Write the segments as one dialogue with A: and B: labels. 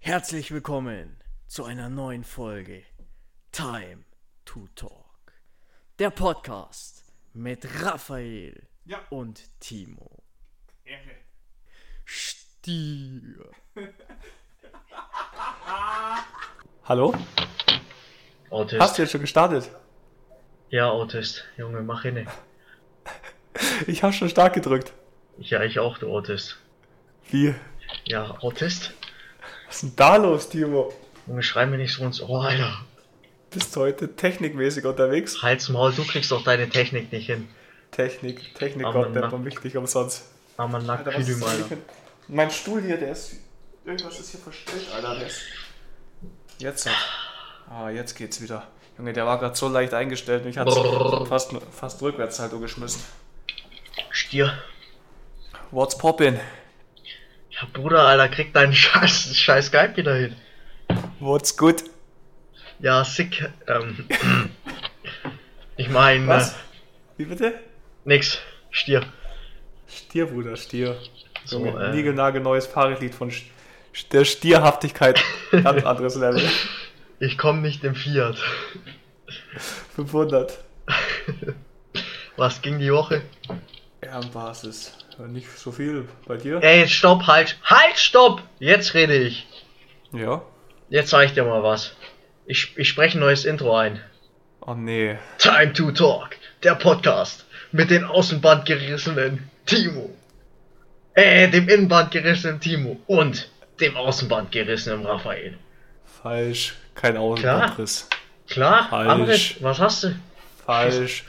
A: Herzlich willkommen zu einer neuen Folge Time to Talk. Der Podcast mit Raphael
B: Ja.
A: und Timo.
B: Ehre.
A: Stier.
C: Hallo?
D: Autist.
C: Hast du jetzt schon gestartet?
D: Ja, Autist. Junge, mach hin.
C: Ich habe schon stark gedrückt.
D: Ja, ich auch, du Autist.
C: Wie?
D: Ja, Autist?
C: Was ist denn da los, Timo?
D: Junge, schrei mir nicht so ins Ohr, Alter.
C: Bist heute technikmäßig unterwegs?
D: Halt's Maul, du kriegst doch deine Technik nicht hin.
C: Technik, Technik,
D: Aber
C: Gott, der
D: na-
C: war wichtig umsonst.
D: Aber nackt
C: Alter, was ist
D: Alter,
C: denn
D: Alter.
C: hier? Mein Stuhl hier, der ist. Irgendwas ist hier verstellt, Alter. Der ist... Jetzt halt. Ah, jetzt geht's wieder. Junge, der war gerade so leicht eingestellt und ich
D: Brrr.
C: hatte fast, fast rückwärts halt umgeschmissen.
D: Stier.
C: What's poppin?
D: Ja, Bruder, Alter, krieg deinen scheiß, scheiß Skype wieder hin.
C: What's good?
D: Ja, sick. Ähm. ich meine.
C: Was?
D: Äh,
C: Wie bitte?
D: nix. Stier.
C: Stier, Bruder, Stier.
D: So,
C: Junge,
D: äh,
C: Niegelnagel neues Fahrradlied von Sch- Sch- der Stierhaftigkeit. Ganz anderes Level.
D: Ich komm nicht im Fiat.
C: 500.
D: Was ging die Woche?
C: Ehrenbasis. Nicht so viel bei dir?
D: Ey, stopp, halt. Halt, stopp! Jetzt rede ich.
C: Ja.
D: Jetzt zeig ich dir mal was. Ich, ich spreche ein neues Intro ein.
C: Oh nee.
D: Time to Talk, der Podcast mit den Außenband gerissenen Timo. Äh, dem Innenband gerissenen Timo und dem Außenband gerissenen Raphael.
C: Falsch. Kein Außenbandriss.
D: Klar,
C: Falsch.
D: Amrit, was hast du?
C: Falsch.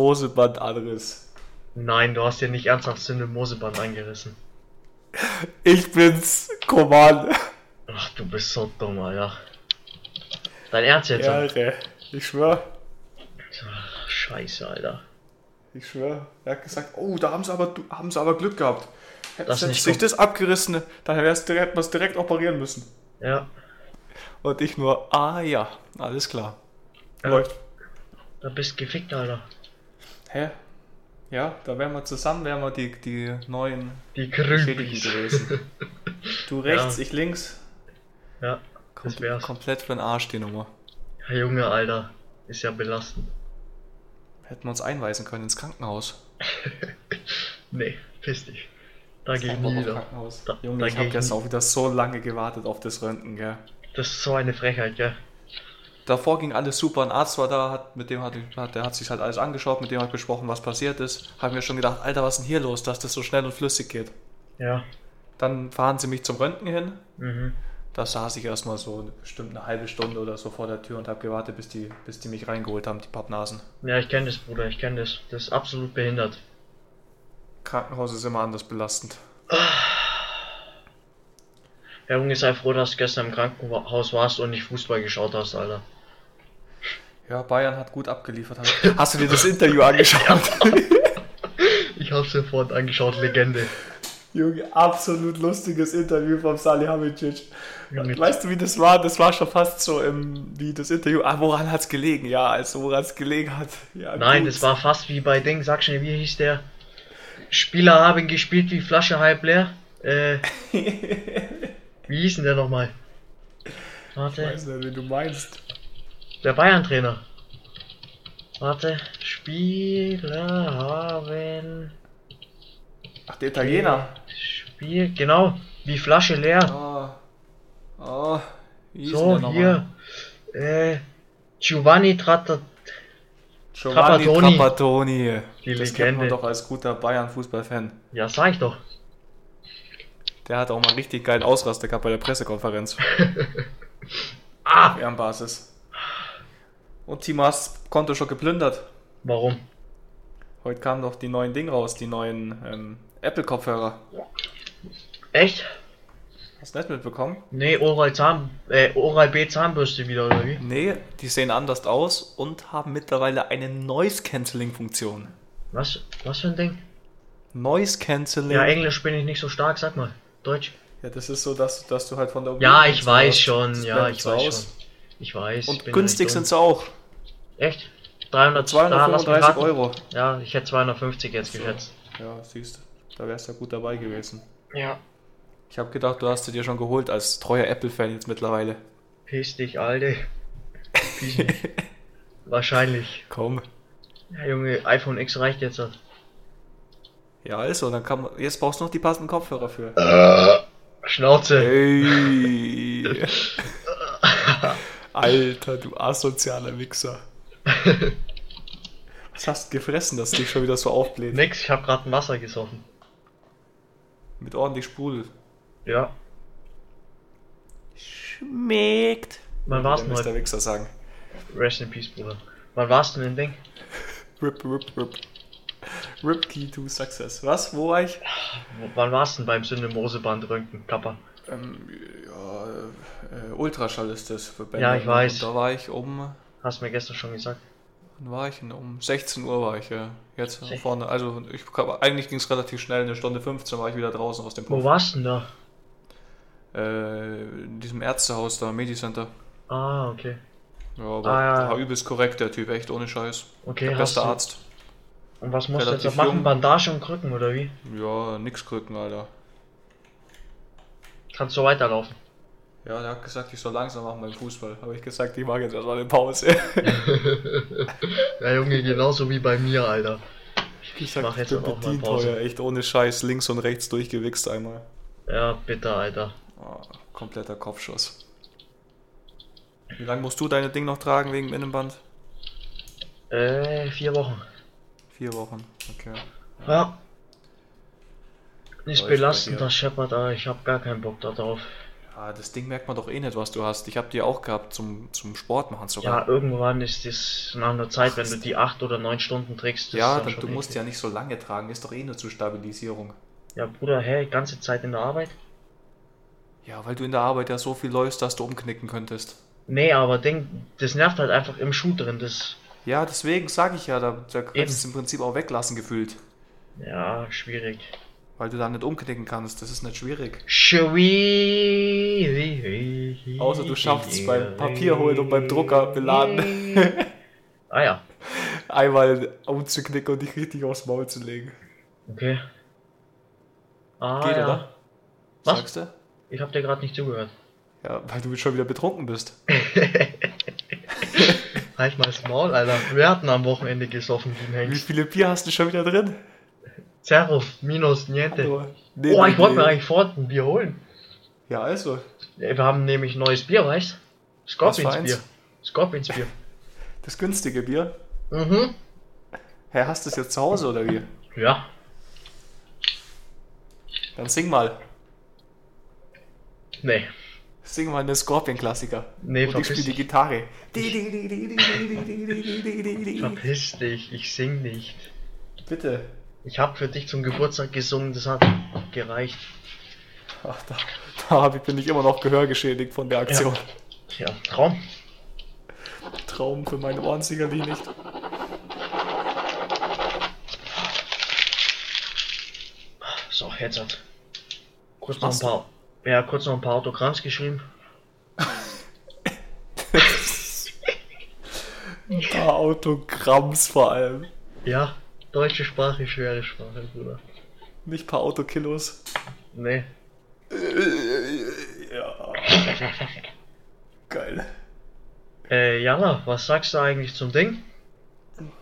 C: Syndosmosebandriss.
D: Nein, du hast dir nicht ernsthaft Syndemoseband eingerissen.
C: Ich bin's. Koman.
D: Ach, du bist so dumm, Alter. Dein Ernst jetzt?
C: Ehre. Ich schwör.
D: Ach, scheiße, Alter.
C: Ich schwör. Er hat gesagt, oh, da haben sie aber, haben sie aber Glück gehabt. Hätten
D: Das
C: sie
D: nicht
C: sich
D: so-
C: das abgerissene, dann wär's direkt, hätten wir es direkt operieren müssen.
D: Ja,
C: Und ich nur, ah ja, alles klar.
D: Ja.
C: Läuft.
D: da bist gefickt, Alter.
C: Hä? Ja, da wären wir zusammen, wären wir die, die neuen
D: Die
C: Schädigen
D: Krümpis.
C: gewesen. Du rechts, ich links.
D: Ja,
C: Kom
D: das wär's.
C: komplett für den Arsch die Nummer.
D: Ja, Junge, Alter. Ist ja belastend.
C: Hätten wir uns einweisen können ins Krankenhaus.
D: Nee, piss dich. Da geh ich
C: Brauchen wir
D: nie
C: noch
D: wieder.
C: Krankenhaus.
D: Da-
C: Junge,
D: da
C: ich
D: geh
C: habe
D: ich
C: jetzt
D: nie.
C: auch wieder so lange gewartet auf das Röntgen, gell.
D: Das ist so eine Frechheit, gell?
C: Davor ging alles super, ein Arzt war da, hat, mit dem hat, hat, der hat sich halt alles angeschaut, mit dem hat besprochen, was passiert ist. Hab mir schon gedacht, Alter, was ist denn hier los, dass das so schnell und flüssig geht.
D: Ja.
C: Dann fahren sie mich zum Röntgen hin,
D: Mhm.
C: Da saß ich erstmal so eine- bestimmt eine halbe Stunde oder so vor der Tür und habe gewartet, bis die, bis die mich reingeholt haben, die Pappnasen.
D: Ja, ich kenne das, Bruder, ich kenne das. Das ist absolut behindert.
C: Krankenhaus ist immer anders belastend.
D: Ja, Junge, sei froh, dass du gestern im Krankenhaus warst und nicht Fußball geschaut hast, Alter.
C: Ja, Bayern hat gut abgeliefert. Halt. Hast du dir das Interview angeschaut?
D: Ich hab's sofort angeschaut, Legende.
C: Junge, absolut lustiges Interview vom Salihamidzic.
D: Junge.
C: Weißt du, wie das war? Das war schon fast so ähm, wie das Interview. Ah, woran hat's gelegen? Ja, also woran es gelegen hat. Ja,
D: Nein,
C: gut.
D: das war fast wie bei Ding, sag schnell, wie hieß der? Spieler haben gespielt wie Flasche halb leer. Äh. wie hieß denn der nochmal?
C: Ich
D: Warte,
C: weiß nicht, wen du meinst.
D: der Bayern-Trainer. Warte, Spieler haben
C: Ach, der Italiener.
D: Spiel, genau, wie Flasche leer.
C: Oh. Oh. Wie hieß denn der
D: so,
C: nochmal?
D: hier. Äh, Giovanni Tratta.
C: Giovanni
D: Trapattoni.
C: Trapattoni.
D: Die
C: das kennt
D: Legende.
C: man doch als guter Bayern-Fußballfan.
D: Ja, sag ich doch.
C: Der hat auch mal richtig geilen Ausraster gehabt bei der Pressekonferenz.
D: Ah,
C: Auf Ehrenbasis. Und Timo hast Konto schon geplündert.
D: warum?
C: Heute kamen doch die neuen Ding raus, die neuen ähm, Apple-Kopfhörer.
D: Echt?
C: Hast du nicht mitbekommen?
D: Nee, Oral Zahn, äh, Oral B Zahnbürste wieder, oder wie?
C: Nee, die sehen anders aus und haben mittlerweile eine Noise-Canceling-Funktion.
D: Was, was für ein Ding?
C: Noise-Canceling.
D: Ja, Englisch bin ich nicht so stark, sag mal. Deutsch.
C: Ja, das ist so, dass, dass du halt von der
D: Ja, ich
C: nichts
D: weiß
C: hörst.
D: schon,
C: Das
D: ja,
C: blendet
D: ich
C: so
D: weiß
C: aus.
D: schon. Ich weiß. ich
C: Und
D: bin
C: günstig
D: nicht dumm.
C: sind sie auch.
D: Echt? 300, da, lass mich
C: 235
D: raten.
C: Euro.
D: Ja, ich hätte 250 jetzt geschätzt.
C: Ja, siehst du, da wärst du ja gut dabei gewesen.
D: Ja.
C: Ich habe gedacht, du hast sie dir schon geholt als treuer Apple-Fan jetzt mittlerweile.
D: Piss dich, Alter. Piss dich. Wahrscheinlich.
C: Komm.
D: Ja, Junge, iPhone X reicht jetzt. schon.
C: Ja, also, dann kann man. Jetzt brauchst du noch die passenden Kopfhörer für.
D: Schnauze.
C: Ey. Alter, du asozialer Mixer. Was hast du gefressen, dass du dich schon wieder so aufbläht?
D: Nix, ich hab grad ein Wasser gesoffen.
C: Mit ordentlich Sprudel.
D: Ja.
A: Schmeckt.
D: Wann war's denn
C: der
D: heute?
C: Mixer sagen.
D: Rest in Peace, Bruder. Wann war's denn in Ding?
C: Rip, rip, rip. Rip Key to Success. Was? Wo war ich?
D: W- Wann war's denn beim Syndemoseband Röntgen, Kappa?
C: Ähm, Äh, Ultraschall ist das für Bänder.
D: Ja, ich weiß.
C: Und da war ich um.
D: Hast du mir gestern schon gesagt.
C: Wann war ich denn? Um 16 Uhr war ich, ja. Jetzt vorne. Also, ich, eigentlich ging es relativ schnell. Eine Stunde 15 war ich wieder draußen aus dem
D: Wo
C: Puff.
D: war's denn da?
C: Äh, in diesem Ärztehaus da, Medicenter.
D: Ah, okay.
C: Ja, aber
D: Ah, ja.
C: war übelst korrekt, der Typ, echt ohne Scheiß.
D: Okay,
C: der
D: hast
C: beste
D: du-
C: Arzt.
D: Und was musst du jetzt
C: Relativ
D: noch machen?
C: jung.
D: Bandage und Krücken oder wie?
C: Ja, nix krücken, Alter.
D: Kannst du weiterlaufen.
C: Ja, der hat gesagt, ich soll langsam machen beim Fußball. Habe ich gesagt, ich mache jetzt erstmal eine Pause.
D: Ja, Junge, genauso wie bei mir, Alter.
C: Ich
D: mach
C: sag,
D: jetzt
C: ich bin
D: auch mal
C: bedient
D: Pause.
C: heuer, echt ohne Scheiß, links und rechts durchgewichst einmal.
D: Ja, bitter, Alter.
C: Ah, kompletter Kopfschuss. Wie lange musst du deine Ding noch tragen wegen dem Innenband?
D: Äh, vier Wochen.
C: Vier Wochen. Okay.
D: Ja. Ist
C: Läuft bei
D: belastend,
C: dir.
D: das Shepard, aber ich hab gar keinen Bock da drauf.
C: Ah, das Ding merkt man doch eh nicht, was du hast. Ich habe die auch gehabt zum, zum Sport machen sogar.
D: Ja, irgendwann ist das nach einer Zeit, wenn du die acht oder neun Stunden trägst. Das
C: Ja,
D: ist
C: dann,
D: schon
C: du musst
D: eklig.
C: ja nicht so lange tragen, ist doch eh nur zur Stabilisierung.
D: Ja, Bruder, hä, ganze Zeit in der Arbeit?
C: Ja, weil du in der Arbeit ja so viel läufst, dass du umknicken könntest.
D: Nee, aber denk, das nervt halt einfach im Schuh drin. Das,
C: Ja, deswegen sage ich ja, da, da könntest du es im Prinzip auch weglassen gefühlt.
D: ja, schwierig.
C: Weil du dann nicht umknicken kannst, das ist nicht schwierig.
D: Schwierig.
C: Außer du schaffst es beim Papier holen und beim Drucker beladen,
D: Ah ja,
C: einmal umzuknicken und dich richtig aufs Maul zu legen.
D: okay. Ah,
C: Geht,
D: ja.
C: oder?
D: Was?
C: Sagst du?
D: Ich hab dir gerade nicht zugehört.
C: Ja, weil du schon wieder betrunken bist.
D: Halt mal das Maul, Alter. Wir hatten am Wochenende gesoffen, den
C: Wie
D: Hengst.
C: viele Bier hast du schon wieder drin?
D: Zero, minus, niente.
C: Boah,
D: Oh, ich wollte mir eigentlich vor ein Bier holen.
C: Ja, also.
D: Ja, Wir haben nämlich ein neues Bier, weißt du?
C: Was für
D: Scorpionsbier.
C: eins?
D: Scorpionsbier.
C: Das günstige Bier.
D: Mhm.
C: Hä, hast du es jetzt zu Hause oder wie?
D: Ja.
C: Dann sing mal.
D: Nee.
C: Sing mal einen Scorpion-Klassiker.
D: Nee,
C: Und ich
D: verpiss
C: spiele die
D: dich.
C: Gitarre.
D: Verpiss dich, ich sing nicht.
C: Bitte.
D: Ich hab für dich zum Geburtstag gesungen, das hat gereicht.
C: Ach, da, da hab ich, bin ich immer noch gehörgeschädigt von der Aktion.
D: Ja, Traum.
C: Traum für meine Ohren sicherlich nicht.
D: So, jetzt hat. Kurz noch ein
C: machst
D: paar. Ja, kurz noch ein paar Autogramms geschrieben.
C: Ein paar Autogramms vor allem.
D: Ja, deutsche Sprache, schwere Sprache, Bruder.
C: Nicht ein paar Autokilos.
D: Nee.
C: Ja. Geil.
D: Äh, Jana, was sagst du eigentlich zum Ding?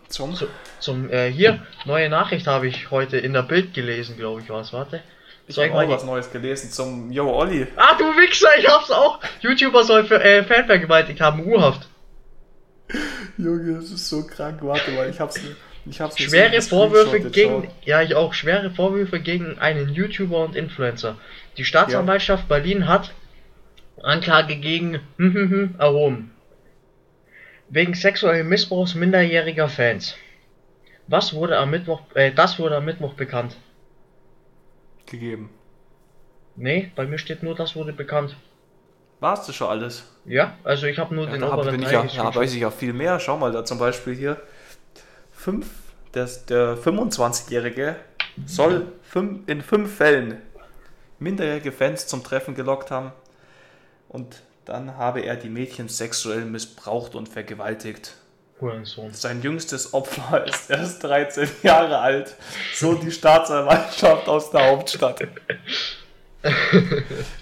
C: Zum?
D: Zu, zum, äh, hier, neue Nachricht habe ich heute in der Bild gelesen, glaube ich, was, warte.
C: Ich
D: Zeig
C: habe
D: mal
C: auch
D: die-
C: was Neues gelesen zum Yo Olli.
D: Ah, du Wichser, ich hab's auch! YouTuber soll für, äh, Fan vergewaltigt haben, Urhaft.
C: Junge, das ist so krank. Warte mal, ich hab's. Ich hab's mir
D: Schwere
C: so
D: Vorwürfe
C: gescreenshottet,
D: gegen,
C: schau.
D: ja ich auch, schwere Vorwürfe gegen einen YouTuber und Influencer. Die Staatsanwaltschaft Berlin hat Anklage gegen erhoben. Wegen sexuellen Missbrauchs minderjähriger Fans. Was wurde am Mittwoch, äh, das wurde am Mittwoch bekannt.
C: Gegeben.
D: Nee, bei mir steht nur, das wurde bekannt.
C: Warst du schon alles?
D: Ja, also ich habe nur
C: Ja,
D: den
C: da hab,
D: oberen
C: bin ich
D: Teil
C: ja, da
D: gescreenshot.
C: weiß ich ja viel mehr. Schau mal da zum Beispiel hier. Fünf, der, der 25-Jährige soll fünf, in fünf Fällen minderjährige Fans zum Treffen gelockt haben. Und dann habe er die Mädchen sexuell missbraucht und vergewaltigt.
D: Hurensohn.
C: Sein jüngstes Opfer ist erst 13 Jahre alt. So die Staatsanwaltschaft aus der Hauptstadt.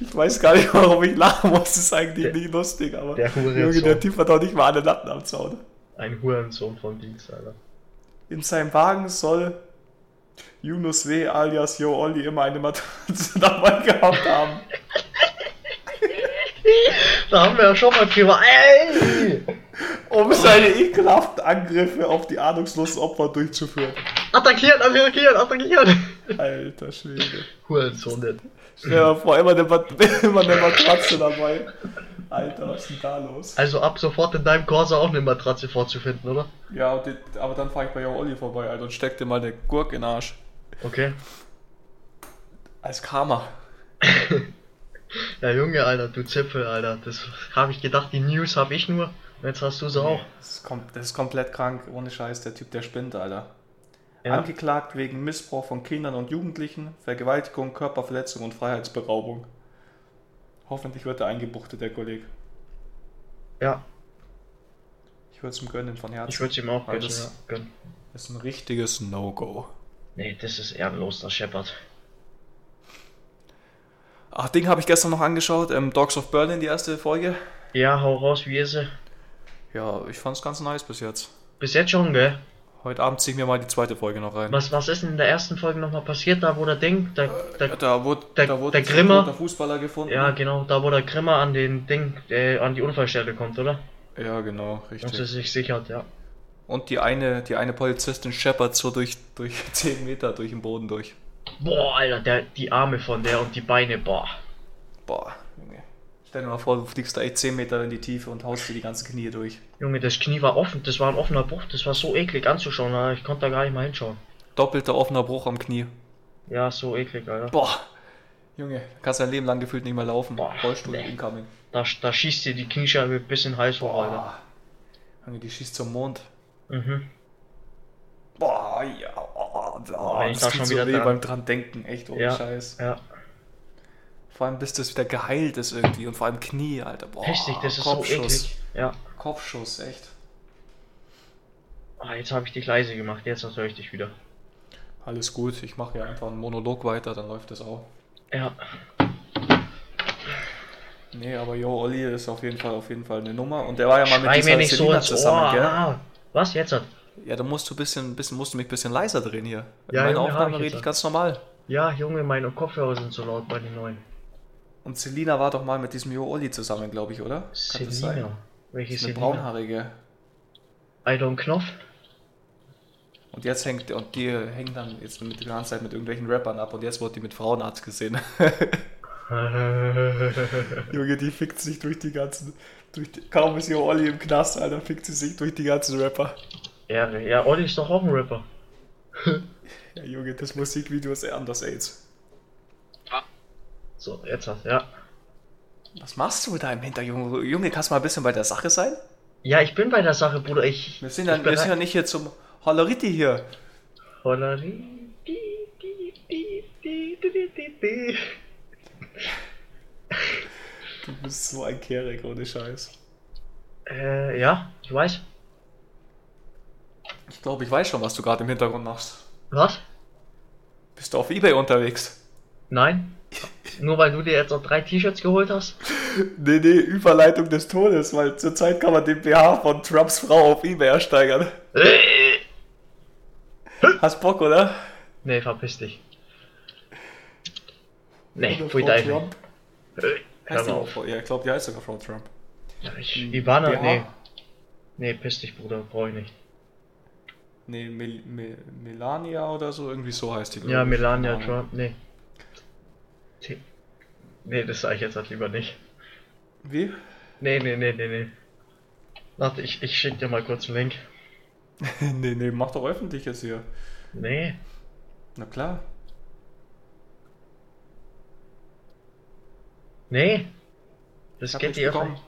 C: Ich weiß gar nicht, warum ich lachen muss. Das ist eigentlich nicht lustig, aber
D: der Hurensohn.
C: Junge, der Typ hat doch nicht mal einen Latten am Zaun.
D: Ein Hurensohn von Dienst, Alter.
C: In seinem Wagen soll Yunus W. alias Yo Olli immer eine Matratze dabei gehabt haben.
D: Da haben wir ja schon mal drüber. Ey!
C: um seine ekelhaften Angriffe auf die ahnungslosen Opfer durchzuführen.
D: Attackieren, attackieren, attackieren!
C: Alter Schwede.
D: Hurensohn, denn.
C: Stell dir mal vor, immer eine, Mat immer eine Matratze dabei. Alter, was ist denn da los?
D: Also ab sofort in deinem Corsa auch eine Matratze vorzufinden, oder?
C: Ja, und die, aber dann fahr ich bei Young Olli vorbei, Alter, und steck dir mal eine Gurke in den Arsch.
D: Okay.
C: Als Karma.
D: Ja, Junge, Alter, du Zipfel, Alter. Das habe ich gedacht, die News habe ich nur. Und jetzt hast du sie auch.
C: Das ist, kom das ist komplett krank, ohne Scheiß, der Typ, der spinnt, Alter.
D: Ja.
C: Angeklagt wegen Missbrauch von Kindern und Jugendlichen, Vergewaltigung, Körperverletzung und Freiheitsberaubung. Hoffentlich wird er eingebuchtet, der Kollege.
D: Ja,
C: Ich würde es ihm gönnen von Herzen.
D: ich würde es ihm auch
C: Weil
D: gönnen.
C: das-
D: Ja. gönnen.
C: Das ist ein richtiges No-Go.
D: Nee, das ist ehrenlos, das Shepard.
C: Ach, Ding habe ich gestern noch angeschaut. Ähm, Dogs of Berlin, die erste Folge.
D: Ja, hau raus, wie ist sie?
C: Ja, ich fand's ganz nice bis jetzt.
D: Bis jetzt schon, gell?
C: Heute Abend zieh ich mir mal die zweite Folge noch rein.
D: Was, was ist denn in der ersten Folge nochmal passiert, da wo der Ding, da,
C: Ja,
D: da,
C: Da wurde,
D: Der-
C: da wurde
D: der
C: ein
D: Grimmer.
C: toter Fußballer gefunden.
D: ja genau, da wo der Grimmer an den Ding, äh, an die Unfallstelle kommt, oder?
C: ja genau,
D: Und
C: richtig.
D: sie sich sichert, ja.
C: Und die eine, die eine Polizistin scheppert so durch, durch 10 Meter durch den Boden durch.
D: Boah, Alter, der, die Arme von der und die Beine, boah.
C: Boah, Junge. Stell dir mal vor, du fliegst da echt 10 Meter in die Tiefe und haust dir die ganzen Knie durch.
D: Junge, das Knie war offen, das war ein offener Bruch, das war so eklig anzuschauen, Alter. ich konnte da gar nicht mal hinschauen.
C: Doppelter offener Bruch am Knie.
D: Ja, so eklig, Alter.
C: Boah, Junge, kannst dein Leben lang gefühlt nicht mehr laufen.
D: Boah,
C: Rollstuhl
D: nee.
C: incoming.
D: Da, da schießt dir die Kniescheibe ein bisschen heiß hoch, Alter.
C: Boah. Junge, die schießt zum Mond.
D: Mhm.
C: Boah, ja. Oh, oh,
D: wenn ich da
C: das tut
D: schon
C: so
D: wieder
C: weh
D: dran-
C: beim dran denken, echt ohne
D: Ja.
C: Scheiß.
D: Ja,
C: Vor allem bis das wieder geheilt ist irgendwie und vor allem Knie, Alter. Boah,
D: richtig, das ist so
C: Kopfschuss.
D: eklig. Ja.
C: Kopfschuss, echt.
D: Ah, jetzt habe ich dich leise gemacht, jetzt höre ich dich wieder.
C: Alles gut, ich mache ja einfach einen Monolog weiter, dann läuft das auch.
D: Ja,
C: Nee, aber Jo Olli ist auf jeden Fall auf jeden Fall eine Nummer und der war ja mal mit
D: schrei mir
C: dieser
D: nicht so
C: Selina
D: ins Ohr.
C: zusammen, gell?
D: Ah, was jetzt? hat?
C: Ja, da musst du bisschen bisschen musst du mich ein bisschen leiser drehen hier. In
D: Ja,
C: meiner
D: Junge, hab
C: Aufnahme
D: ich
C: rede
D: jetzt
C: ich ganz normal.
D: Ja, Junge, meine Kopfhörer sind so laut bei den neuen.
C: Und Selina war doch mal mit diesem Jo Olli zusammen, glaube ich, oder? Kann das sein?
D: Selina. Welche
C: Ist eine
D: Selina?
C: braunhaarige.
D: Alter und Knopf?
C: Und jetzt hängt und die hängen dann jetzt mit der ganzen Zeit mit irgendwelchen Rappern ab und jetzt wird die mit Frauenarzt gesehen. Junge, die fickt sich durch die ganzen. Durch die, kaum ist ihr Olli im Knast, Alter, fickt sie sich durch die ganzen Rapper.
D: Ehre. Ja, Olli ist doch auch ein Rapper.
C: Ja, Junge, das Musikvideo ist eher anders AIDS.
D: So, jetzt hat ja.
C: Was machst du da im Hintergrund? Junge? Junge, kannst du mal ein bisschen bei der Sache sein?
D: Ja, ich bin bei der Sache, Bruder. Ich.
C: Wir sind
D: ich
C: ja,
D: bin
C: wir sind ja
D: halt-
C: nicht hier zum Holleriti hier.
D: Hollari- di- di- di- di- di- di- di.
C: Du bist so ein Kerek, ohne Scheiß.
D: Äh, ja, ich weiß.
C: Ich glaube, ich weiß schon, was du gerade im Hintergrund machst.
D: Was?
C: Bist du auf Ebay unterwegs?
D: Nein? Nur weil du dir jetzt noch drei T-Shirts geholt hast?
C: Nee, nee, Überleitung des Todes, weil zurzeit kann man den BH von Trumps Frau auf Ebay ersteigern.
D: Äh.
C: Hast Bock, oder?
D: Nee, verpiss dich. Nee,
C: Oder
D: pfui
C: Frau
D: dein.
C: Trump.
D: Hör
C: Heißt
D: mal
C: die auch
D: auf.
C: Frau, ja, ich glaube, die heißt sogar Frau Trump.
D: Ich, Ivana,
C: BH?
D: nee. Nee, piss dich, Bruder, brauch ich nicht.
C: Nee, Mel Mel Melania oder so, irgendwie so heißt die. glaub
D: Ja,
C: ich.
D: Melania
C: Keine Ahnung.
D: Trump, nee. T- Nee, das sag ich jetzt halt lieber nicht.
C: Wie?
D: Nee, nee, nee, nee, nee. Warte, ich, ich schick dir mal kurz einen Link.
C: nee, nee, mach doch öffentliches hier.
D: Nee.
C: Na klar.
D: Nee. Das
C: hab
D: geht
C: nichts
D: dir
C: bekommen.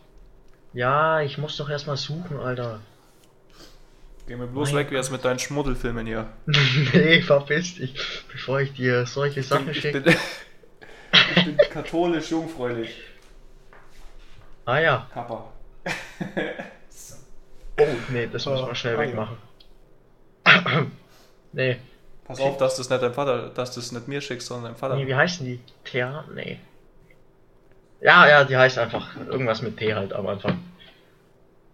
D: Ja, ich muss doch erstmal suchen, Alter.
C: Geh mir bloß
D: Mein
C: weg, wie jetzt mit deinen Schmuddelfilmen hier.
D: nee, verpiss dich. Bevor ich dir solche Sachen
C: ich, bin,
D: schicke.
C: ich bin katholisch jungfräulich.
D: Ah ja.
C: Kappa.
D: Oh, nee, das
C: Ah,
D: Oh, muss man schnell
C: ah, ja.
D: wegmachen. nee.
C: Pass auf, dass das nicht deinem Vater, dass das nicht mir schickst, sondern deinem Vater.
D: Nee, wie heißen die? Thea? Nee. Ja, ja, die heißt einfach irgendwas mit T halt am Anfang.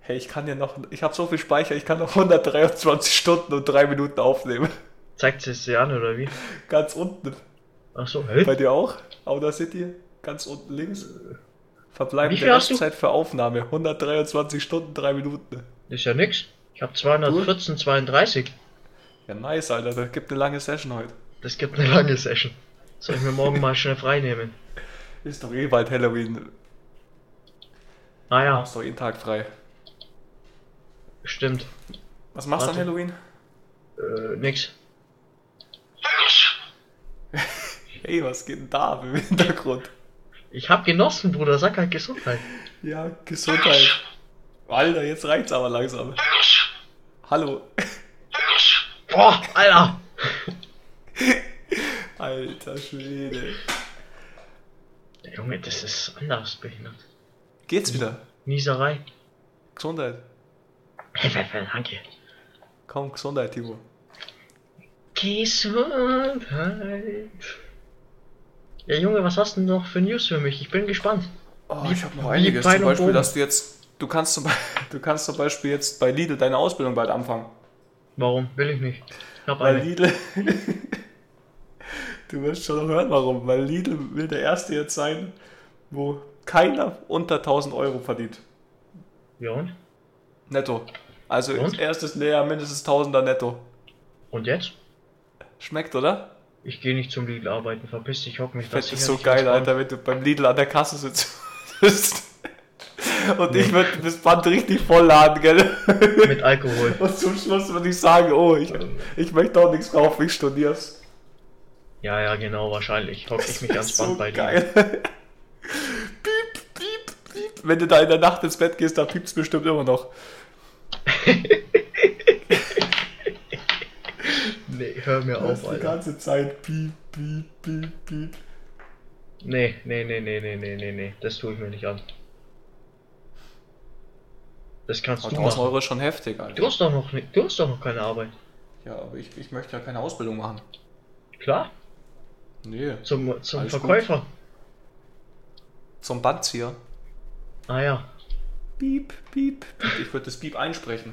C: Hey, ich kann dir noch, ich habe so viel Speicher, ich kann noch 123 Stunden und 3 Minuten aufnehmen.
D: Zeigt sie es dir an oder wie?
C: Ganz unten.
D: Ach so, hä?
C: Bei dir auch? Audacity? Ganz unten links?
D: Wie
C: Verbleibende
D: viel hast du?
C: Restzeit für Aufnahme. 123 Stunden, 3 Minuten.
D: Ist ja nix. Ich habe 214, 32.
C: Ja, nice, Alter. Das gibt eine lange Session heute.
D: Das gibt eine lange Session. Soll ich mir morgen mal schnell frei nehmen?
C: Ist doch eh bald Halloween.
D: Ah ja,
C: Hast doch jeden Tag frei.
D: stimmt.
C: Was machst du an
D: Warte.
C: Halloween?
D: Äh, nix.
C: Hey, was geht denn da im Hintergrund?
D: Ich hab genossen, Bruder. Sag halt Gesundheit.
C: Ja, Gesundheit. Alter, jetzt reicht's aber langsam. Hallo.
D: Boah, Alter!
C: Alter Schwede.
D: Junge, das ist anders behindert.
C: Geht's wieder?
D: Nieserei.
C: Gesundheit.
D: Danke.
C: Komm, Gesundheit, Timo.
D: Gesundheit. Ja, Junge, was hast du noch für News für mich? Ich bin gespannt.
C: Oh,
D: Wie-
C: ich habe noch
D: wie
C: einiges.
D: Pfeil
C: Zum
D: und
C: Beispiel,
D: Bogen.
C: dass du jetzt, du kannst zum, Be- du kannst zum Beispiel jetzt bei Lidl deine Ausbildung bald anfangen.
D: Warum? Will ich nicht. Ich hab
C: Weil
D: eine.
C: Lidl. du wirst schon hören, warum. Weil Lidl will der erste jetzt sein, wo keiner unter 1000 Euro verdient.
D: Ja und?
C: Netto. Also
D: Und?
C: erstes Lehrjahr mindestens 1000er netto.
D: Und jetzt?
C: Schmeckt, oder?
D: Ich gehe nicht zum Lidl arbeiten. Verpiss dich, hock mich da
C: Das ist so
D: sicherlich ins
C: geil,
D: Band.
C: Alter, wenn du beim Lidl an der Kasse sitzt. Und ich würde das Band richtig voll laden, gell?
D: Mit Alkohol.
C: Und zum Schluss würde ich sagen, oh, ich,
D: Also.
C: ich möchte auch nichts kaufen, ich studier's.
D: Ja, ja, genau, wahrscheinlich. Hock ich mich
C: Das
D: ans
C: ist
D: Band
C: so
D: bei dir.
C: geil. piep, piep, piep. Wenn du da in der Nacht ins Bett gehst, da piept's bestimmt immer noch.
D: Nee, hör mir
C: Das
D: auf,
C: ist die
D: Alter.
C: ganze Zeit piep, piep, piep, piep.
D: Nee, nee, nee, nee, nee, nee, nee, nee. Das tue ich mir nicht an. Das kannst du machen.
C: ist schon heftig,
D: Du hast doch noch, ni- du hast doch noch keine Arbeit.
C: Ja, aber ich, ich möchte ja keine Ausbildung machen.
D: Klar,
C: Nee.
D: zum, zum
C: Alles
D: Verkäufer.
C: Zum Bandzieher.
D: Ah ja.
C: Piep, piep, piep. Ich würde das Piep einsprechen.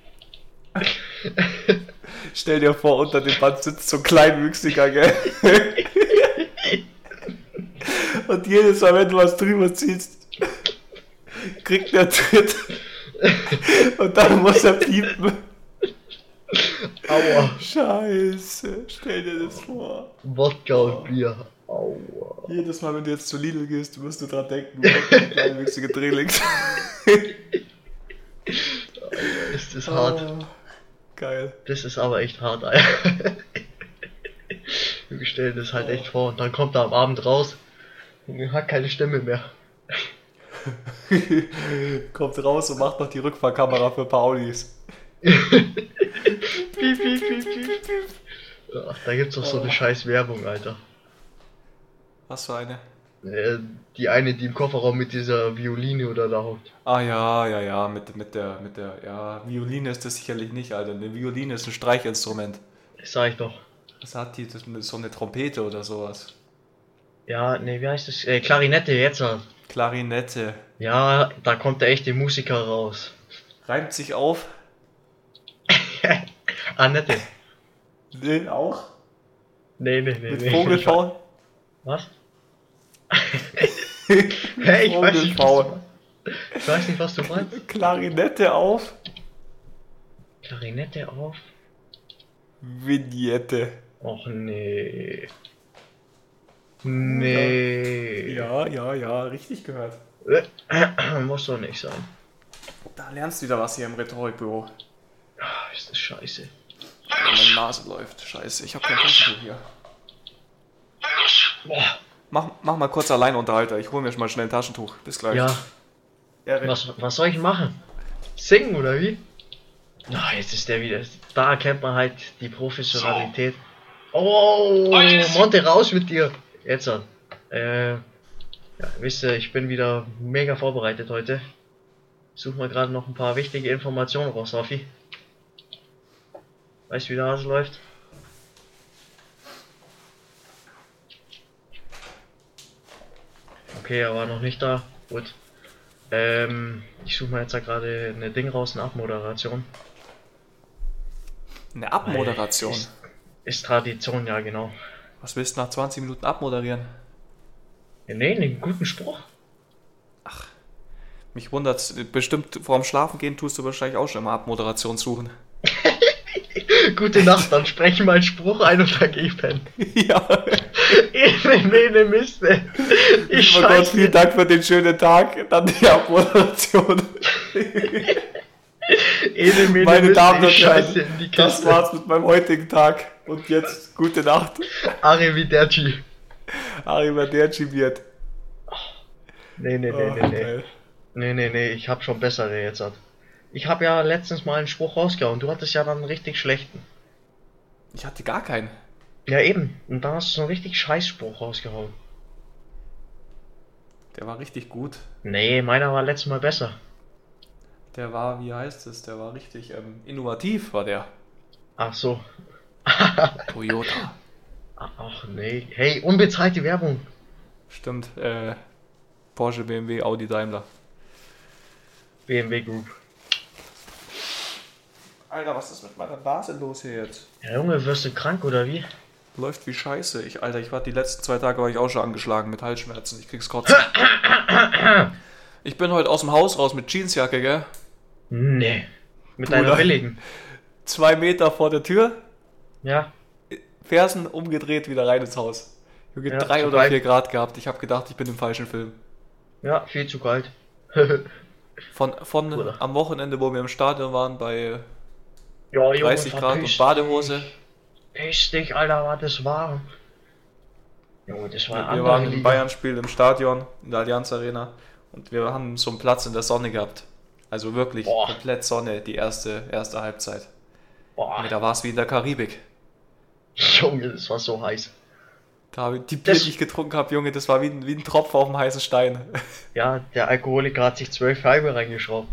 C: Stell dir vor, unter dem Band sitzt so ein kleinwüchsiger, gell? Und jedes Mal, wenn du was drüber ziehst, kriegt der Tritt. Und dann muss er piepen. Oh.
D: Aua.
C: Scheiße, stell dir das vor.
D: Wodka und Bier. Aua.
C: Jedes Mal, wenn du jetzt zu Lidl gehst, wirst du dran denken, wo der kleinwüchsige Drehling
D: Ist das hart.
C: Oh, Geil.
D: Das ist aber echt hart, Alter. Wir stellen das halt echt vor und dann kommt er am Abend raus und hat keine Stimme mehr.
C: Kommt raus und macht noch die Rückfahrkamera für Paulis.
D: Piep, piep, piep, piep, piep. Ach, da gibt's doch so eine scheiß Werbung, Alter.
C: Was für eine?
D: Äh, Die eine, die im Kofferraum mit dieser Violine oder da hockt.
C: Ah ja, ja, ja, mit, mit der, mit der, ja, Violine ist das sicherlich nicht, Alter. Eine Violine ist ein Streichinstrument.
D: Das sag ich doch.
C: Was hat die, das ist so eine Trompete oder sowas.
D: Ja, nee, wie heißt das? Äh, Klarinette jetzt. halt.
C: Klarinette.
D: Ja, da kommt der echte Musiker raus.
C: Reimt sich auf?
D: Annette.
C: Nee, auch?
D: Nee, nee, nee,
C: Mit
D: nee.
C: Vogelfaul?
D: Was? hey, ich weiß, nicht, was
C: Vogelfaul.
D: du, ich weiß nicht, was du meinst.
C: Klarinette auf?
D: Klarinette auf.
C: Vignette.
D: Och nee. Nee.
C: Ja, ja, ja, richtig gehört.
D: Äh, Muss doch nicht sein.
C: Da lernst du wieder was hier im Rhetorikbüro.
D: Ah, Ist das scheiße.
C: Meine Nase läuft. Scheiße, ich hab kein Taschentuch hier.
D: Boah.
C: Mach, mach mal kurz allein Unterhalter. Ich hol mir schon mal schnell ein Taschentuch. Bis gleich.
D: Ja,
C: Ehre.
D: was, was soll ich machen? Singen oder wie? Na, jetzt ist der wieder. Da erkennt man halt die Professionalität. Oh, Monte, raus mit dir. Jetzt an. Äh, ja, wisst ihr, ich bin wieder mega vorbereitet heute. Such mal gerade noch ein paar wichtige Informationen raus, Hoffi. Weißt du, wie der Hase läuft? Okay, er war noch nicht da. Gut. Ähm, ich suche mir jetzt da gerade eine Ding raus, eine Abmoderation.
C: Eine Abmoderation.
D: Ist, ist Tradition, ja genau.
C: Was willst du nach 20 Minuten abmoderieren?
D: Ja, nee, einen guten Spruch.
C: Mich wundert's. Bestimmt vorm Schlafen gehen tust du wahrscheinlich auch schon immer Abmoderation suchen.
D: Gute Nacht, dann sprechen mal einen Spruch ein und dann geh ich pennen.
C: ja.
D: Ene, mene, miste. Ich
C: Oh Gott,
D: scheiße.
C: vielen Dank für den schönen Tag. Dann die Abmoderation.
D: Ene, mene,
C: Meine
D: miste.
C: Damen
D: ich
C: und
D: scheiße in die
C: Herren, das
D: Kiste.
C: war's mit meinem heutigen Tag. Und jetzt gute Nacht.
D: Arrivederci.
C: Arrivederci, Biert.
D: Nee, nee, nee,
C: Oh,
D: nee, nee. Nee, nee, nee, ich hab schon bessere jetzt. hat. Ich hab ja letztens mal einen Spruch rausgehauen. Du hattest ja dann einen richtig schlechten.
C: Ich hatte gar keinen.
D: Ja, eben. Und dann hast du so einen richtig scheiß Spruch rausgehauen.
C: Der war richtig gut.
D: Nee, meiner war letztes Mal besser.
C: Der war, wie heißt es, der war richtig ähm, innovativ, war der.
D: Ach so.
C: Toyota.
D: Ach nee. Hey, unbezahlte Werbung.
C: Stimmt. Äh, Porsche, BMW, Audi, Daimler.
D: BMW Group.
C: Alter, was ist mit meiner Nase los hier jetzt?
D: Ja, Junge, wirst du krank oder wie?
C: Läuft wie Scheiße. Ich, Alter, ich war die letzten zwei Tage war ich auch schon angeschlagen mit Halsschmerzen. Ich krieg's kotzen. Ich bin heute aus dem Haus raus mit Jeansjacke, gell?
D: Nee. Mit
C: Bruder.
D: deiner billigen.
C: Zwei Meter vor der Tür,
D: Ja.
C: Fersen umgedreht, wieder rein ins Haus. Junge,
D: Ja,
C: drei
D: zu
C: oder
D: weit.
C: vier Grad gehabt. Ich habe gedacht, ich bin im falschen Film.
D: Ja, viel zu kalt.
C: Von, von
D: Bruder.
C: am Wochenende, wo wir im Stadion waren, bei
D: ja,
C: 30 Grad und
D: verpiss
C: Badehose.
D: Piss dich, Alter, war das warm. Junge, das war eine
C: Wir
D: andere
C: waren im
D: Liga.
C: Bayern-Spiel im Stadion, in der Allianz Arena. Und wir haben so einen Platz in der Sonne gehabt. Also wirklich
D: Boah.
C: komplett Sonne, die erste, erste Halbzeit.
D: Boah,
C: Und da war es wie in der Karibik.
D: Junge, das war so heiß.
C: Da habe ich die Bier,
D: Das-
C: die ich getrunken habe, Junge, das war wie ein, wie ein Tropfen auf dem heißen Stein.
D: Ja, der Alkoholiker hat sich zwölf halbe reingeschraubt.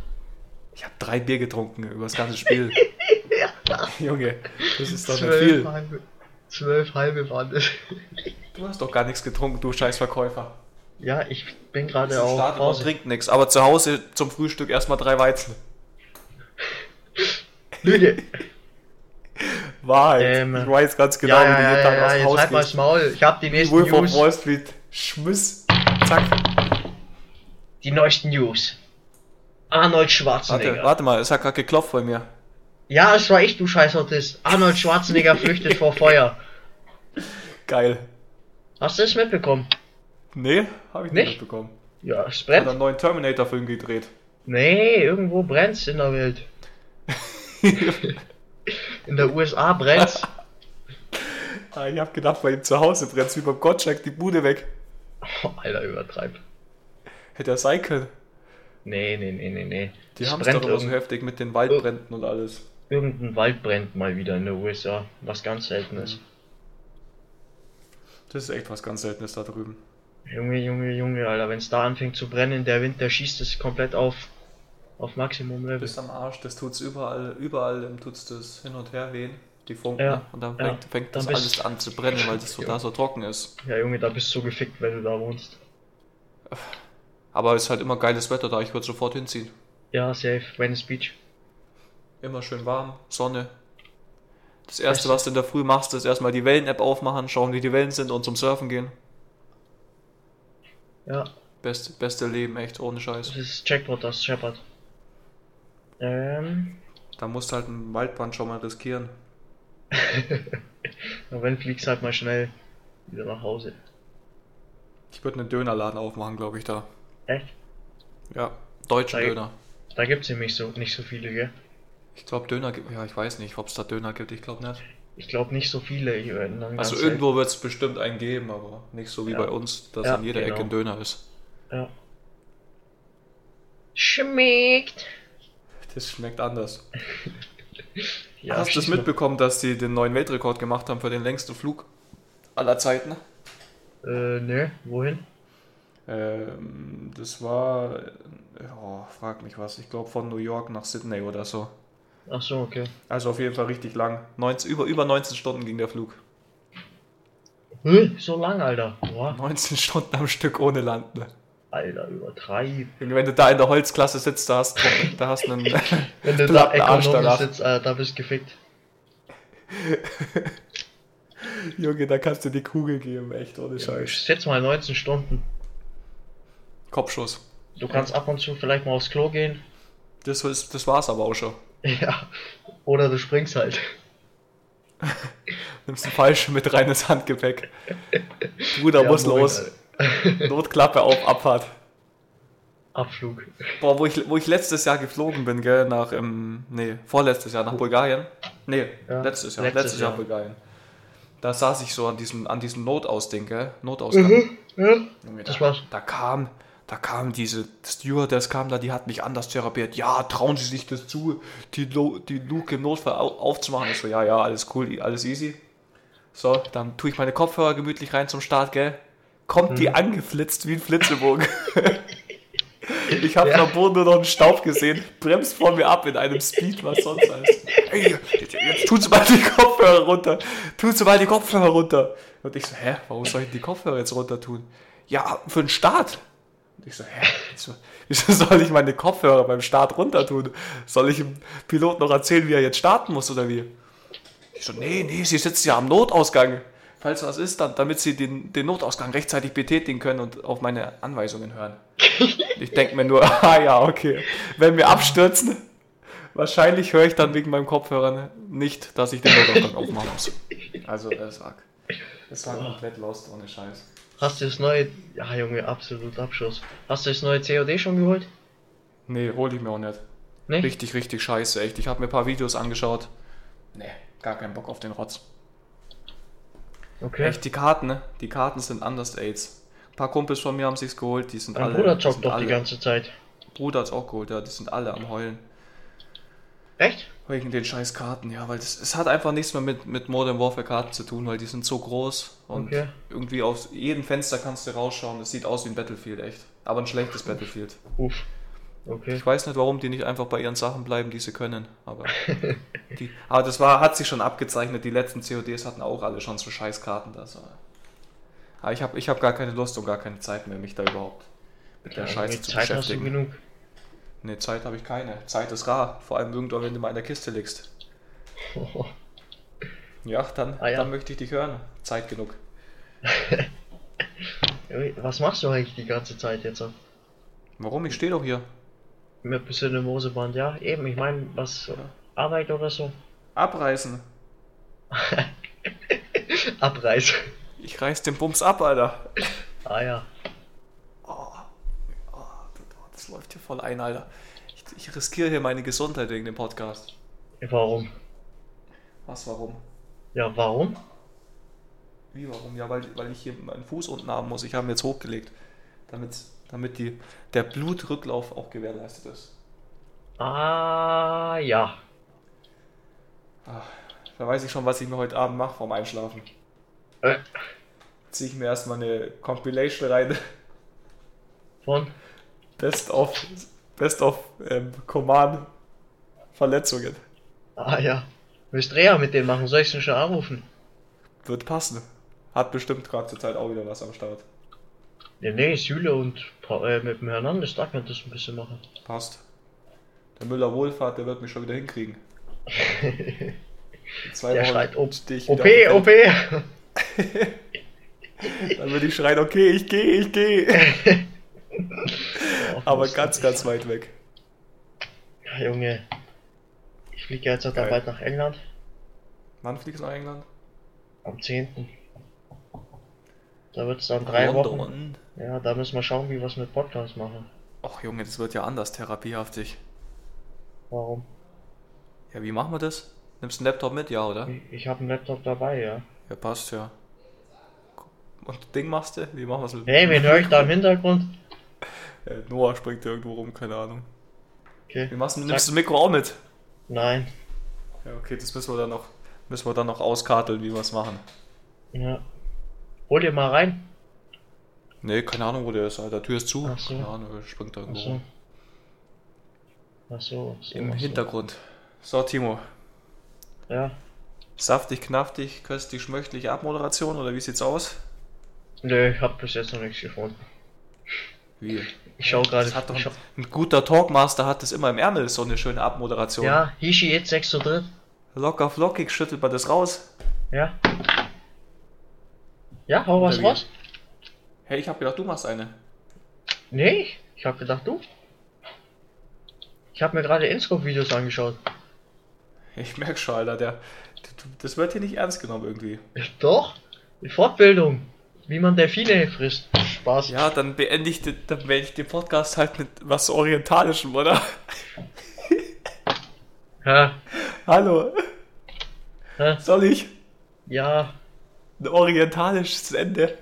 C: Ich habe drei Bier getrunken über das ganze Spiel. Junge, das ist doch nicht
D: Zwölf
C: viel.
D: halbe, zwölf halbe waren das.
C: Du hast doch gar nichts getrunken, du scheiß Verkäufer.
D: Ja, ich bin
C: Ist
D: gerade
C: im
D: auf
C: Stadion und
D: Pause.
C: trinkt nichts, aber zu Hause zum Frühstück erstmal drei Weizen.
D: Lüge.
C: Wahrheit.
D: Ähm,
C: halt. ich weiß ganz genau,
D: ja,
C: wie
D: ja,
C: du jeden
D: ja,
C: Tag
D: ja,
C: aus dem
D: jetzt
C: Haus
D: halt mal
C: gehst.
D: das Maul. Ich hab die nächsten
C: Wolf of
D: News.
C: Wall Street. Schmiss. Zack.
D: Die neuesten News. Arnold Schwarzenegger.
C: Warte, warte mal, es hat gerade geklopft bei mir.
D: Ja, es war ich, du scheiß Autist. Arnold Schwarzenegger flüchtet vor Feuer.
C: Geil.
D: Hast du es mitbekommen?
C: Nee, habe ich
D: Nicht?
C: nicht mitbekommen.
D: Ja, es
C: Hat
D: brennt.
C: einen neuen Terminator-Film gedreht.
D: Nee, irgendwo brennt's in der Welt. In der USA brennt's.
C: Ah, ich habe gedacht, bei ihm zu Hause brennt wie beim Gottschalk die Bude weg.
D: Oh, Alter, übertreib.
C: Hätte er sein können.
D: Nee, nee, nee, nee, nee.
C: Die
D: Es
C: haben es
D: brennt
C: doch immer so
D: irgend-
C: heftig mit den
D: Oh.
C: Waldbränden und alles.
D: irgendein Wald brennt mal wieder in der USA, was ganz selten ist.
C: Das ist echt was ganz Seltenes da
D: Hm.
C: drüben.
D: Junge, Junge, Junge, Alter, wenn's da anfängt zu brennen, der Wind, der schießt es komplett auf, auf Maximum
C: Du
D: Level.
C: bist am Arsch, das tut's überall, überall ähm, tut's das hin und her wehen, die Funken.
D: Ja,
C: und dann
D: ja.
C: fängt, fängt das
D: Dann bist-
C: alles an zu brennen, weil das so, da so trocken ist.
D: Ja, Junge, da bist du gefickt, wenn du da wohnst.
C: Aber es ist halt immer geiles Wetter da, ich würde sofort hinziehen.
D: Ja, safe, Venice Beach.
C: Immer schön warm, Sonne. Das erste, was du in der Früh machst, ist erstmal die Wellen-App aufmachen, schauen, wie die Wellen sind und zum Surfen gehen.
D: Ja,
C: Beste, beste Leben, echt, ohne
D: das
C: Scheiß.
D: ist Jackpot, das ist Shepard. Ähm,
C: Da musst du halt einen Waldbrand schon mal riskieren.
D: na, wenn fliegst halt mal schnell wieder nach Hause.
C: Ich würde einen Dönerladen aufmachen, glaube ich, da.
D: Echt?
C: Ja, deutschen
D: Ey.
C: Döner.
D: Da gibt's nämlich so, nicht so viele, gell?
C: Ich glaube, Döner gibt. Ja, ich weiß nicht, ob es da Döner gibt, ich glaube nicht.
D: Ich glaube nicht so viele. Ich, äh, dann
C: Also
D: ganz
C: irgendwo wird es bestimmt einen geben, aber nicht so wie
D: Ja.
C: bei uns, dass
D: Ja,
C: an jeder
D: genau.
C: Ecke ein Döner ist.
D: selten. Ja. Schmeckt!
C: Das schmeckt anders.
D: Ja,
C: Hast du
D: schieß
C: es
D: mal.
C: mitbekommen, dass die den neuen Weltrekord gemacht haben für den längsten Flug aller Zeiten?
D: Äh, ne, wohin?
C: Ähm, das war, äh, oh, frag mich was, ich glaube von New York nach Sydney oder so.
D: Ach so, okay.
C: Also auf jeden Fall richtig lang. 19, über, über 19 Stunden ging der Flug.
D: Hä? So lang, Alter. Boah.
C: 19 Stunden am Stück ohne ne? Landen.
D: Alter, übertreib.
C: Und Wenn du da in der Holzklasse sitzt, da hast, da hast du einen
D: Wenn du da
C: platten Arsch
D: Ökonom
C: danach.
D: sitzt, äh, da bist du gefickt.
C: Junge, da kannst du die Kugel geben, echt, ohne Scheiß.
D: Setz mal 19 Stunden.
C: Kopfschuss.
D: Du kannst ab und zu vielleicht mal aufs Klo gehen.
C: Das, ist, das war's aber auch schon.
D: Ja. Oder du springst halt.
C: Nimmst einen Fallschirm mit rein ins Handgepäck. Bruder,
D: Ja,
C: muss
D: moin,
C: los.
D: Alter.
C: Notklappe auf, Abfahrt.
D: Abflug.
C: Boah, wo ich, wo ich letztes Jahr geflogen bin, gell, nach, ähm, nee, vorletztes Jahr nach Bulgarien. Nee,
D: Ja,
C: letztes Jahr,
D: letztes
C: letztes Jahr,
D: Jahr.
C: Bulgarien. Da saß ich so an diesem, an diesem Notausding, gell, Notausgang.
D: Mhm. Ja.
C: Junge,
D: Das
C: da,
D: war's.
C: Da kam, da kam diese Stewardess, kam da, die hat mich anders therapiert. Ja, trauen Sie sich das zu, die, Lu die Luke im Notfall au aufzumachen. Ich so, ja, ja, alles cool, alles easy. So, dann tue ich meine Kopfhörer gemütlich rein zum Start, gell? Kommt
D: Mhm.
C: die angeflitzt wie ein Flitzebogen. ich habe am Boden nur noch einen Staub gesehen, bremst vor mir ab in einem Speed, was sonst als. Ey, jetzt, jetzt tut sie mal die Kopfhörer runter. Tut sie mal die Kopfhörer runter. Und ich so, hä, warum soll ich die Kopfhörer jetzt runter tun? Ja, für den Start. Und ich so, hä, wieso, wieso soll ich meine Kopfhörer beim Start runter tun? Soll ich dem Piloten noch erzählen, wie er jetzt starten muss oder wie? Ich so, nee, nee, sie sitzt ja am Notausgang. Falls was ist, dann, damit sie den, den Notausgang rechtzeitig betätigen können und auf meine Anweisungen hören. Ich denke mir nur, ah ja, okay. Wenn wir abstürzen, wahrscheinlich höre ich dann wegen meinem Kopfhörer ne, nicht, dass ich den Notausgang aufmachen muss. Also, das war, das war komplett lost, ohne Scheiß.
D: Hast du das neue. Ja, Junge, absolut Abschuss. Hast du das neue COD schon geholt?
C: Nee, hol ich mir auch nicht.
D: Nee?
C: Richtig, richtig scheiße, echt. Ich habe mir ein paar Videos angeschaut. Nee, gar keinen Bock auf den Rotz.
D: Okay.
C: Echt, die Karten, ne? Die Karten sind anders Aids. Ein paar Kumpels von mir haben sich's geholt, die sind
D: Mein
C: alle.
D: Bruder
C: die
D: zockt
C: sind
D: doch
C: alle,
D: die ganze Zeit.
C: Bruder hat's auch geholt, ja, die sind alle am Heulen.
D: Echt?
C: Wegen den scheiß Karten, ja, weil das, es hat einfach nichts mehr mit, mit Modern Warfare Karten zu tun, weil die sind so groß und
D: Okay.
C: irgendwie aus jedem Fenster kannst du rausschauen. Es sieht aus wie ein Battlefield, echt. Aber ein schlechtes Battlefield.
D: Uff. Okay.
C: Ich weiß nicht, warum die nicht einfach bei ihren Sachen bleiben, die sie können. Aber, die, aber das war, hat sich schon abgezeichnet. Die letzten CODs hatten auch alle schon so scheiß Karten. Das war, aber ich habe ich hab gar keine Lust und gar keine Zeit mehr, mich da überhaupt mit der
D: Ja,
C: Scheiße
D: mit
C: zu
D: Zeit hast du
C: beschäftigen.
D: genug.
C: Nee, Zeit habe ich keine. Zeit ist rar. Vor allem irgendwann, wenn du mal in der Kiste liegst. Ja, dann,
D: Ah, ja.
C: dann möchte ich dich hören. Zeit genug.
D: Junge, Was machst du eigentlich die ganze Zeit jetzt?
C: Warum? Ich stehe doch hier.
D: Mit bisschen im Moseband, ja? Eben, ich meine, was. Arbeit oder so?
C: Abreißen.
D: Abreiß.
C: Ich reiß den Bums ab, Alter.
D: Ah ja.
C: Oh, Das läuft hier voll ein, Alter. Ich, ich riskiere hier meine Gesundheit wegen dem Podcast.
D: Warum?
C: Was, warum?
D: Ja, warum?
C: Wie warum? Ja, weil, weil ich hier meinen Fuß unten haben muss. Ich habe ihn jetzt hochgelegt, damit, damit die, der Blutrücklauf auch gewährleistet ist.
D: Ah ja.
C: Da weiß ich schon, was ich mir heute Abend mache vorm Einschlafen.
D: Äh,
C: Ziehe ich mir erstmal eine Compilation rein.
D: von?
C: Best of, Best of ähm, Command Verletzungen.
D: Ah ja. Willst du Reha mit denen machen? Soll ich sie schon anrufen?
C: Wird passen. Hat bestimmt gerade zur Zeit auch wieder was am Start.
D: Nee, nee, Süle und Pa- äh, mit dem Hernandez, da könntest du ein bisschen machen.
C: Passt. Der Müller Wohlfahrt, der wird mich schon wieder hinkriegen. In Zwei
D: Der
C: Wochen
D: schreit um. O-
C: steh ich
D: OP,
C: wieder auf dem
D: OP!
C: Feld. Dann würde ich schreien, okay, ich gehe, ich gehe. Aber ganz, ganz weit weg.
D: Ja, Junge. Ich fliege jetzt auch
C: Geil.
D: bald nach England.
C: Wann fliegst du nach England?
D: Am 10. Da wird es dann drei Wochen. Ja, da müssen wir schauen, wie wir es mit Podcast machen.
C: Och Junge, das wird ja anders therapiehaftig.
D: Warum?
C: Ja, wie machen wir das? Nimmst du einen Laptop mit? Ja, oder?
D: Ich, ich habe einen Laptop dabei, ja.
C: Ja, passt, ja. Und Ding machst du? Wie machen wir es mit?
D: Hey, wen höre ich da im Hintergrund?
C: Äh, Noah springt irgendwo rum, keine Ahnung.
D: Okay.
C: Wie machst du, nimmst du das Mikro auch mit?
D: Nein.
C: Ja, okay, das müssen wir dann noch, müssen wir dann noch auskarteln, wie wir es machen.
D: Ja. Hol dir mal rein.
C: Nee, keine Ahnung, wo der ist, Alter. Tür ist zu.
D: Ach so.
C: Keine Ahnung, er springt da irgendwo.
D: Achso.
C: rum.
D: Achso. Achso
C: Im
D: achso.
C: Hintergrund. So, Timo.
D: Ja.
C: Saftig, knaftig, köstlich, schmöchtlich Abmoderation oder wie sieht's aus?
D: Nö, ich hab bis jetzt noch nichts gefunden.
C: Wie?
D: Ich schau gerade.
C: Das hat doch
D: ich
C: ein,
D: schau-
C: ein guter Talkmaster hat das immer im Ärmel, so eine schöne Abmoderation.
D: Ja, Hishi jetzt 6 zu 3.
C: Locker flockig schüttelt man das raus.
D: Ja. Ja, hau was
C: Oder wie?
D: raus.
C: Hey, ich hab gedacht, du machst eine.
D: Nee, ich hab gedacht, du. Ich hab mir gerade Inscope-Videos angeschaut.
C: Ich merk schon, Alter, der, du- du- das wird hier nicht ernst genommen irgendwie.
D: Ich, Äh, doch, die Fortbildung. Wie man Delfine frisst. Spaß.
C: Ja, dann beende ich, den- dann beende ich den Podcast halt mit was Orientalischem, oder?
D: Ja.
C: Hallo,
D: Hä?
C: soll ich?
D: ja.
C: Ein orientalisches Ende.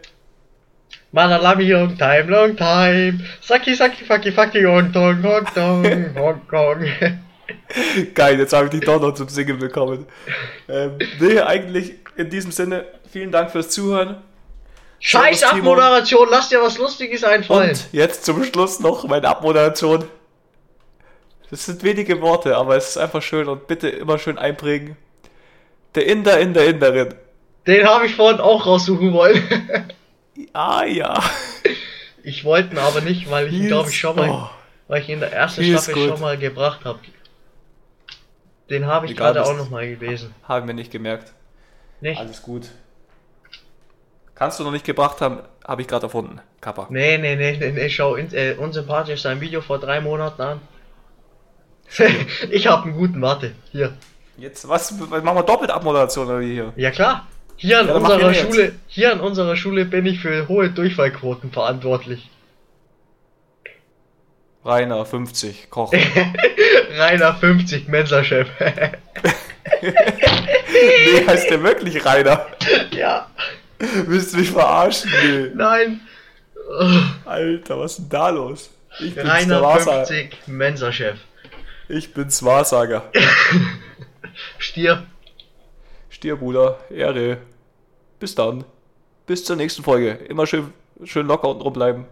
D: Malalami long time, long time. Saki, saki, fucky, fucky, hong tong, hong tong, hong kong.
C: Geil, jetzt habe ich dich doch noch zum Singen bekommen. Ähm, nee, eigentlich in diesem Sinne, vielen Dank fürs Zuhören.
D: Scheiß
C: Servus, Timo.
D: Abmoderation, lass dir was Lustiges einfallen.
C: Und jetzt zum Schluss noch meine Abmoderation. Das sind wenige Worte, aber es ist einfach schön und bitte immer schön einprägen. Der Inder in der Inderin.
D: Den habe ich vorhin auch raussuchen wollen.
C: Ah ja.
D: ich wollte ihn aber nicht, weil ich ihn, glaube ich, schon mal, weil ich ihn in der ersten
C: Oh. Hier ist
D: Staffel
C: gut.
D: schon mal gebracht habe. Den habe ich
C: Egal,
D: gerade
C: das- Also-
D: auch noch mal gelesen.
C: Oh, haben wir nicht gemerkt.
D: Nicht?
C: Alles gut. Kannst du noch nicht gebracht haben, habe ich gerade erfunden. Kappa.
D: Nee, nee, nee, nee, nee, schau in, äh, unsympathisch sein Video vor drei Monaten an. ich habe einen guten Warte. Hier.
C: Jetzt, was, machen wir doppelt Abmoderation oder wie hier?
D: Ja klar. Hier an
C: Ja, dann mach
D: unserer
C: ihr jetzt.
D: Schule, hier an unserer Schule bin ich für hohe Durchfallquoten verantwortlich.
C: Rainer, 50, Koch.
D: Rainer 50 Mensa-Chef.
C: nee, heißt der wirklich Rainer?
D: ja,
C: Willst du mich verarschen? Nee.
D: nein.
C: Alter, was ist denn da los? Ich bin's, der
D: Rainer
C: Wahrsager.
D: 50 Mensa-Chef.
C: Ich bin's Wahrsager.
D: Stier.
C: Stierbruder, Ehre. Bis dann. Bis zur nächsten Folge. Immer schön, schön locker unten rumbleiben.